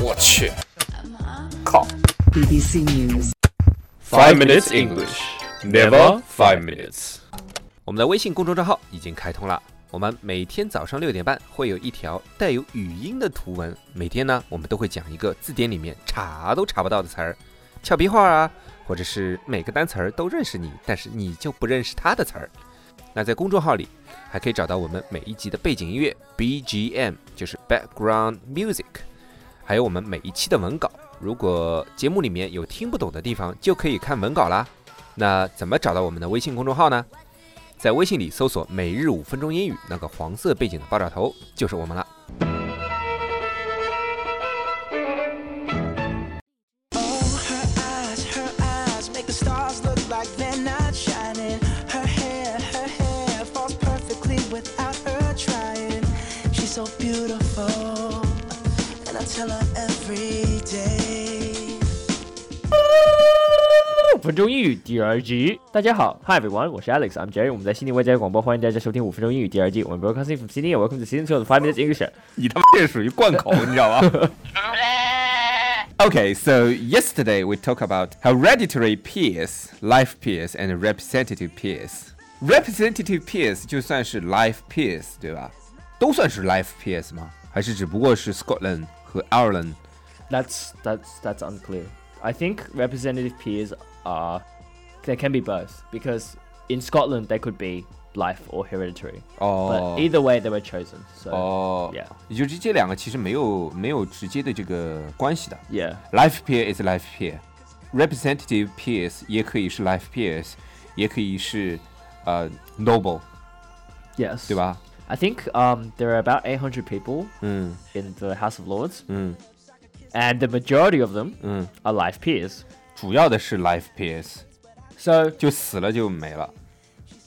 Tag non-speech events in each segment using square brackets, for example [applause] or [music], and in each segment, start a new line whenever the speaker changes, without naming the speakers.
我去，
靠
BBC News.
Five minutes English, never five minutes。
我们的微信公众账号已经开通了。我们每天早上六点半会有一条带有语音的图文，每天呢，我们都会讲一个字典里面查都查不到的词儿，俏皮话啊，或者是每个单词儿都认识你，但是你就不认识它的词儿。那在公众号里还可以找到我们每一集的背景音乐 BGM，就是 background music，还有我们每一期的文稿。如果节目里面有听不懂的地方，就可以看文稿啦。那怎么找到我们的微信公众号呢？在微信里搜索“每日五分钟英语”，那个黄色背景的爆炸头就是我们了。
Oh, her eyes, her eyes make the stars look like they're not shining. Her hair, her hair falls perfectly without her trying. She's so beautiful, and I tell her every day.
五分钟英语第二季，大家好，Hi everyone，我是 Alex，I'm Jerry，我们在悉尼为大家广播，欢迎大家收听五分钟英语第二季，我们 broadcasting from Sydney，welcome to season two of the five minutes English。
你他妈这属于贯口，你知道吗？Okay, so yesterday we talked about hereditary peers, life peers, and representative peers. Representative peers 就算是 life peers，对吧？都算是 life peers 吗？还是只不过是 Scotland 和 Ireland
That's that's that's unclear. I think representative peers are they can be both because in Scotland they could be life or hereditary,
哦
but either way they were chosen. So
哦
yeah
也就是这两个其实没有没有直接的这个关系的。
yeah
Life peer is life peer. Representative peers 也可以是 life peers，也可以是呃 noble，
yes.
对吧？
I think um there are about 800 people
嗯
in the House of Lords
嗯
and the majority of them
嗯，
are life peers.
主要的是 life peers，
So
就死了就没了。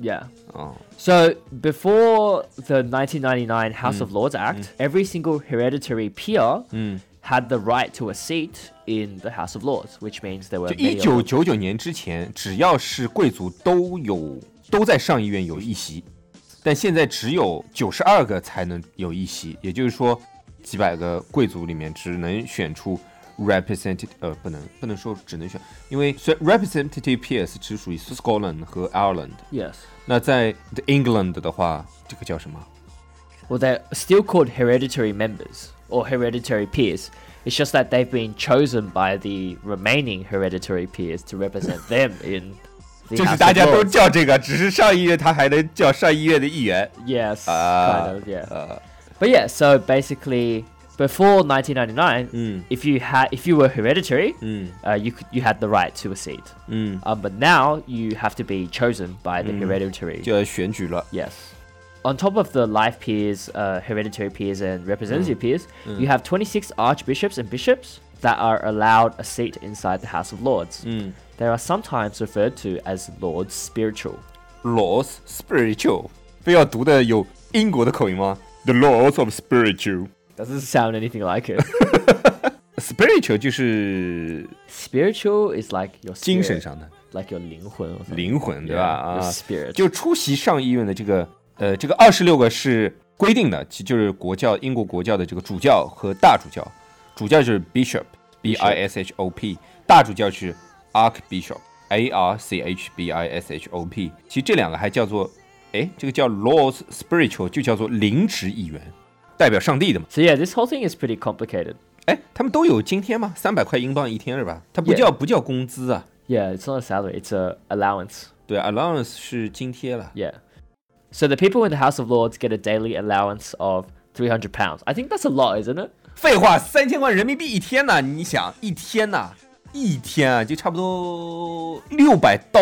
yeah.
嗯
So before the 1999 House of Lords Act, every single hereditary peer had the right to a seat in the House of Lords, which means there were
就
many
一
of
九
them.
九九年之前，只要是贵族都有都在上议院有一席，但现在只有九十二个才能有一席，也就是说，几百个贵族里面只能选出 representative，呃，不能不能说只能选，因为虽 representative peers 只属于 Scotland 和 Ireland，
Yes.
那在 the England 的话，这个叫什么？
Well, they're still called hereditary members or hereditary peers. It's just that they've been chosen by the remaining hereditary peers to represent them in the
就是
House
大
of
家都
Lords.
叫这个，只是上议院他还能叫上议院的议员。
Yes,
Ah,
kind of, yeah.
呃，
But yeah, so basically, before 1999,
Mm.
if you had, if you were hereditary,
嗯
uh, you could, you had the right to a seat.
嗯，
Um, but now you have to be chosen by the hereditary.
就要选举了。
Yes. On top of the life peers, uh, hereditary peers, and representative peers, you have 26 archbishops and bishops that are allowed a seat inside the House of Lords. They are sometimes referred to as Lords Spiritual.
Laws Spiritual，非要读的有英国的口音吗？The Laws of Spiritual。
Doesn't sound anything like it.
Spiritual 就是
spiritual is like your
精神
spirit,
上的
like your 灵魂 or something.
灵魂，对
Yeah,
吧？
your
啊，
spirit.
就出席上议院的这个，呃，这个二十六个是规定的，其就是国教英国国教的这个主教和大主教，主教就是 Bishop，B I S H O P，大主教是 Archbishop，A R C H B I S H O P。其实这两个还叫做，哎，这个叫 Laws Spiritual，就叫做灵职议员，代表上帝的嘛。
So yeah, this whole thing is pretty complicated.
哎，他们都有津贴吗？三百块英镑一天是吧？它不
Yeah.
叫不叫工资啊？
Yeah, it's not a salary, it's a allowance.
对，allowance 是津贴了。
Yeah. So the people in the House of Lords get a daily allowance of three hundred pounds. I think that's a lot, isn't it?
废话，三千块人民币一天呐！你想一天呐，一天啊，就差不多六百刀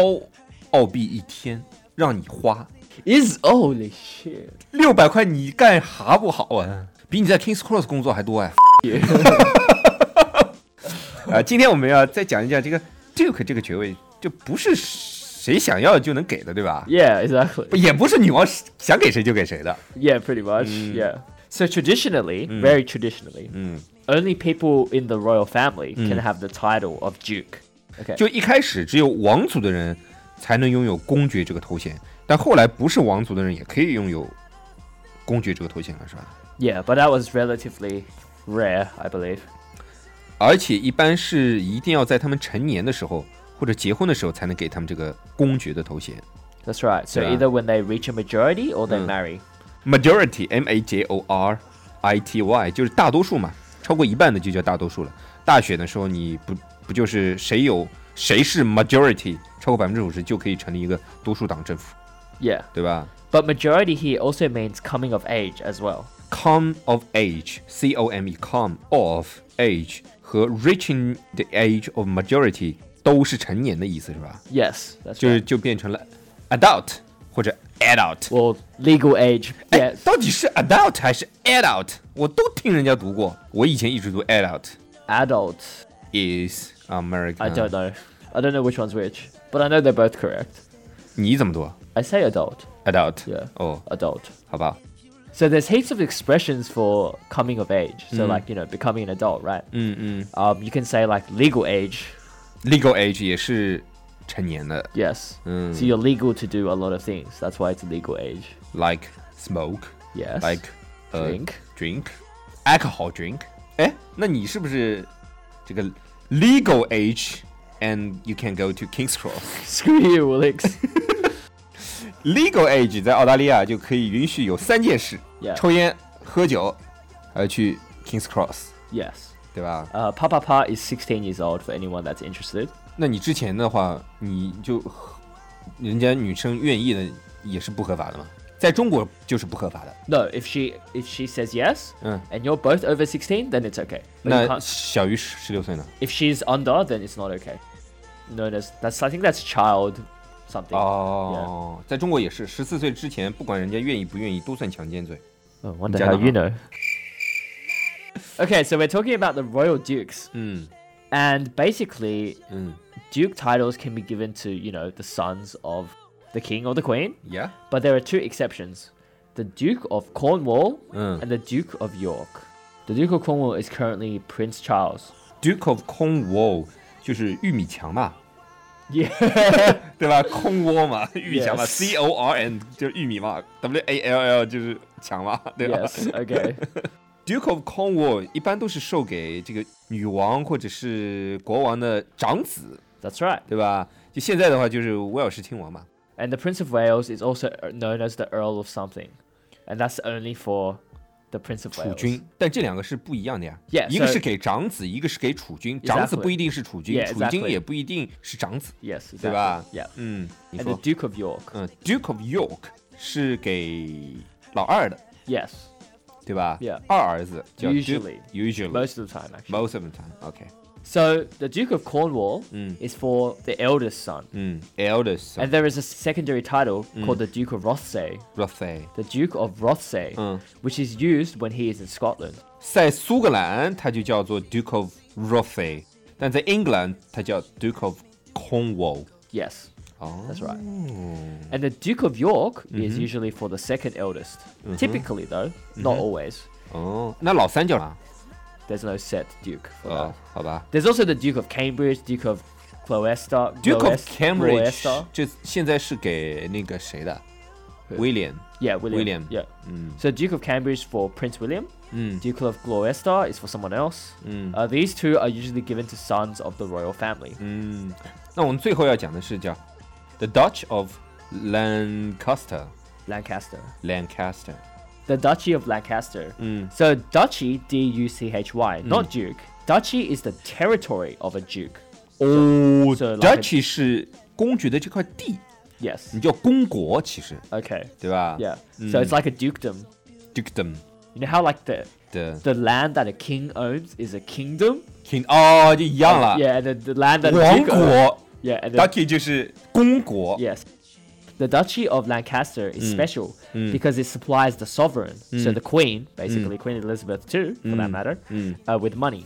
澳币一天，让你花
Is holy shit.
六百块，你干啥不好啊？比你在 Kings Cross 工作还多哎、啊，今天我们要再讲一讲这个 Duke 这个爵位，这不是谁想要就能给的，对吧？
Yeah, exactly.
也不是女王想给谁就给谁的。
Yeah, pretty much. Yeah. So traditionally, very traditionally, only people in the royal family can have the title of duke. Okay.
就一开始只有王族的人才能拥有公爵这个头衔，但后来不是王族的人也可以拥有公爵这个头衔了，是吧？
Yeah, but that was relatively rare, I believe.
而且一般是一定要在他们成年的时候或者结婚的时候才能给他们这个公爵的头衔。
That's right. So
Yeah.
either when they reach a majority or they marry.
Majority M A J O R I T Y 就是大多数嘛，超过一半的就叫大多数了。大选的时候你不不就是谁有谁是 majority 超过百分之五十就可以成立一个多数党政府，
Yeah.
对吧
But majority here also means coming of age as well.
？Come of age C O M E come of age 和 reaching the age of majority 都是成年的意思是吧？
Yes, that's
就是
right.
就变成了 adult 或者 adult。
Well, legal age.
哎
Yeah,，
到底是 adult 还是 adult？我都听人家读过，我以前一直读 adult。
adult.
is American。
I don't know. I don't know which one's which, but I know they're both correct.
你怎么读
I say adult.
？Adult。
Yeah.
哦，
Adult.
好吧。
So there's heaps of expressions for coming of age. So like you know, becoming an adult, right?
嗯嗯。
Um, you can say like legal age.
Legal age 也是成年的
Yes.
Mm.
So you're legal to do a lot of things. That's why it's legal age.
，like smoke。
Yes.
Like a
Drink.
Drink。Alcohol drink。哎，那你是不是这个 legal age and you can go to King's Cross？
[laughs] Screw you, Alex.
Legal age 在澳大利亚就可以允许有三件事
Yeah
抽烟、喝酒，还有去 King's Cross，
[laughs] yes.
对吧？
Uh, Papa Pa is 16 years old for anyone that's interested.
那你之前的话，你就人家女生愿意的也是不合法的嘛？在中国就是不合法的。
No, if she if she says yes,
Mm.
and you're both over 16, then it's okay. But you
那
can't-
小于十六岁呢？
if she's under, then it's not okay. No, that's that's I think that's child something.
Oh, 哦，在中国也是，十四岁之前，不管人家愿意不愿意，都算强奸罪。
Oh, wonder
Don't
how
know.
you know. Okay, so we're talking about the royal dukes,
嗯
and basically,
嗯
duke titles can be given to you know the sons of the king or the queen,
，Yeah，
but there are two exceptions: the Duke of Cornwall
Mm.
and the Duke of York. The Duke of Cornwall is currently Prince Charles.
Duke of Cornwall 就是玉米强嘛，
Yeah.
[laughs] 对吧？空窝嘛，玉米强嘛
Yes
，C O R N 就是玉米嘛，W A L L 就是强嘛，对吧
yes. Okay.
Duke of Cornwall 一般都是授给这个女王或者是国王的长子，
That's right.
对吧？就现在的话就是威尔士亲王嘛。
And the Prince of Wales is also uh, known as the Earl of something, and that's only for the Prince of
储
Wales.
君，但这两个是不一样的呀
Yeah,
一个
so-
是给长子，一个是给储君。长子
呃 Exactly.
不一定是储君
Yeah,
储君
exactly.
也不一定是长子，
Yes. Exactly.
对吧？
Yeah.
嗯，你
And the
说，
Duke of York.
嗯，Duke of York 是给老二的，
Yes.
对吧
Yeah
二儿子叫
Usually.
Duke- usually
Most of the time, actually.
Mm. most of the time. OK，
So the Duke of Cornwall is for the eldest son,
嗯，eldest
and there is a secondary title called the Duke of Rothsay,
Rothsay，
the Duke of Rothsay,
Mm.
which is used when he is in Scotland.
在苏格兰它就叫做 Duke of Rothsay，但在英格兰它叫 Duke of Cornwall。
Yes,
哦
that's right.
Hmm.
And the Duke of York
Mm-hmm.
is usually for the second eldest. Typically, though, not always.
哦，那老三叫啥？
There's no set Duke for
哦
that.，
好吧。
There's also the Duke of Cambridge, Duke of Gloucester,
Duke of
Gloucester-
Cambridge
Gloucester.
这现在是给那个谁的？威廉
Yeah,
William. Mm.
William. Yeah. So Duke of Cambridge for Prince William. Duke of Gloucester is for someone else.
Mm.
Uh, these two are usually given to sons of the royal family.
嗯，那我们最后要讲的是叫 The Dutch of Lancaster
Lancaster.
Lancaster。
The Duchy of Lancaster.
Mm.
So Duchy, D U C H Y, not Duke. Duchy is the territory of a Duke.
哦
so like a-
，Duchy 是公爵的这块地，
Yes.
你叫公国，其实
Okay.
对吧
Mm. Yeah. Mm. So it's like a dukedom.
，Dukedom
You know how like the
的
the land that a king owns is a kingdom?
King 哦，就一样了。
Yeah, and the, the land that a
王
duke owns.
国
Yeah, and the
，Duchy 就是公国。
Yes. The Duchy of Lancaster is special because it supplies the sovereign, so the Queen, basically Queen Elizabeth II, for that matter, uh, with money.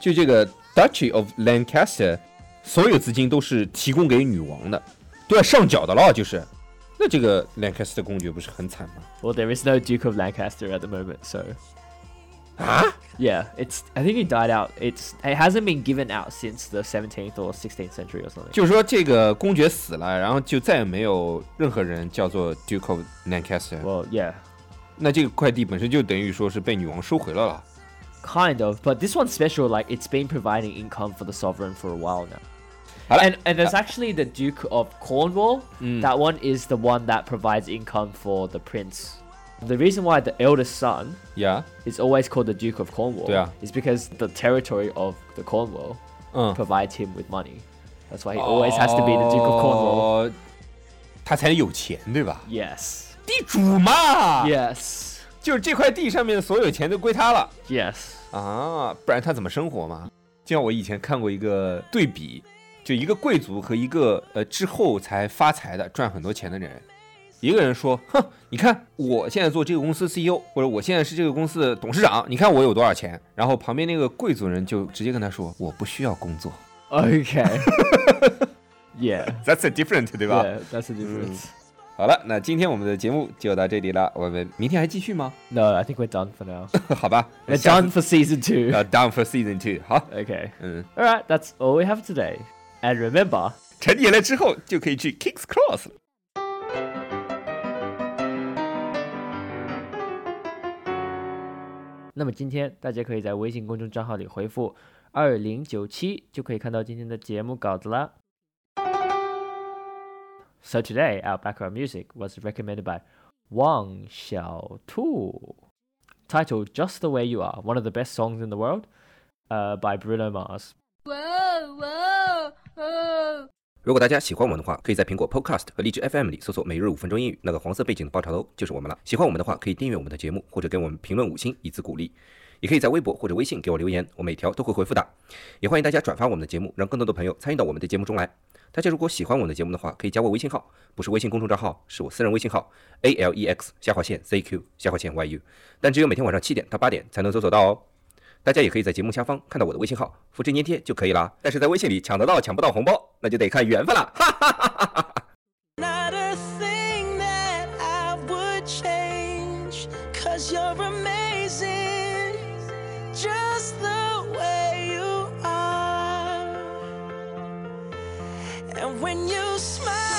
就这个 Duchy of Lancaster，所有资金都是提供给女王的，都要上缴的了，就是。那这个 Lancaster 公爵不是很惨吗？
Well, there is no Duke of Lancaster at the moment, so. Yeah, it's. I think he died out. It's. It hasn't been given out since the 17th or 16th century or something.
就是说这个公爵死了，然后就再也没有任何人叫做 Duke of Lancaster。
Well, yeah.
那这个块地本身就等于说是被女王收回了了，
Kind of, but this one's special. Like it's been providing income for the sovereign for a while now.
好了，
And and
uh,
there's actually the Duke of Cornwall.
Mm.
That one is the one that provides income for the prince. The reason why the eldest son
yeah，
is always called the Duke of Cornwall
Yeah.
is because the territory of the Cornwall
Uh.
provides him with money. That's why he always has to be the Duke of Cornwall.
哦，他才有钱对吧？
Yes.
地主嘛
Yes.
就是这块地上面的所有钱都归他了
Yes.
啊，不然他怎么生活嘛？就像我以前看过一个对比，就一个贵族和一个呃之后才发财的赚很多钱的人，一个人说，哼，你看我现在做这个公司 CEO，或者我现在是这个公司的董事长，你看我有多少钱？然后旁边那个贵族人就直接跟他说，我不需要工作
Okay.
[laughs]
yeah.
，That's a different，对吧？
Yeah, that's the
Mm.
difference.
好了，那今天我们的节目就到这里了，我们明天还继续吗？ [laughs]
No, I think we're done for now.
好吧
We're
下
done
次
for season two.
呃 down for season two，好，
Okay.
嗯，
All right, that's all we have today. And remember,
成年了之后就可以去 Kings Cross 了。
那么今天大家可以在微信公众账号里回复二零九七，就可以看到今天的节目稿子啦。So today our background music was recommended by Wang Xiaotu, titled "Just the Way You Are," one of the best songs in the world, uh, by Bruno Mars.
哇哦哇哦哦！
如果大家喜欢我们的话，可以在苹果 Podcast 和荔枝 FM 里搜索“每日五分钟英语”，那个黄色背景的爆炒头就是我们了。喜欢我们的话，可以订阅我们的节目，或者给我们评论五星以资鼓励。也可以在微博或者微信给我留言，我每条都会回复的。也欢迎大家转发我们的节目，让更多的朋友参与到我们的节目中来。大家如果喜欢我们的节目的话，可以加我微信号，不是微信公众账号，是我私人微信号 a l e x 下划线 z q 下划线 y u，但只有每天晚上七点到八点才能搜索到哦。大家也可以在节目下方看到我的微信号，复制粘贴就可以了。但是在微信里抢得到抢不到红包，那就得看缘分了。
Not a thing that I would change. Cause you're amazing. Just the way you are. And when you smile,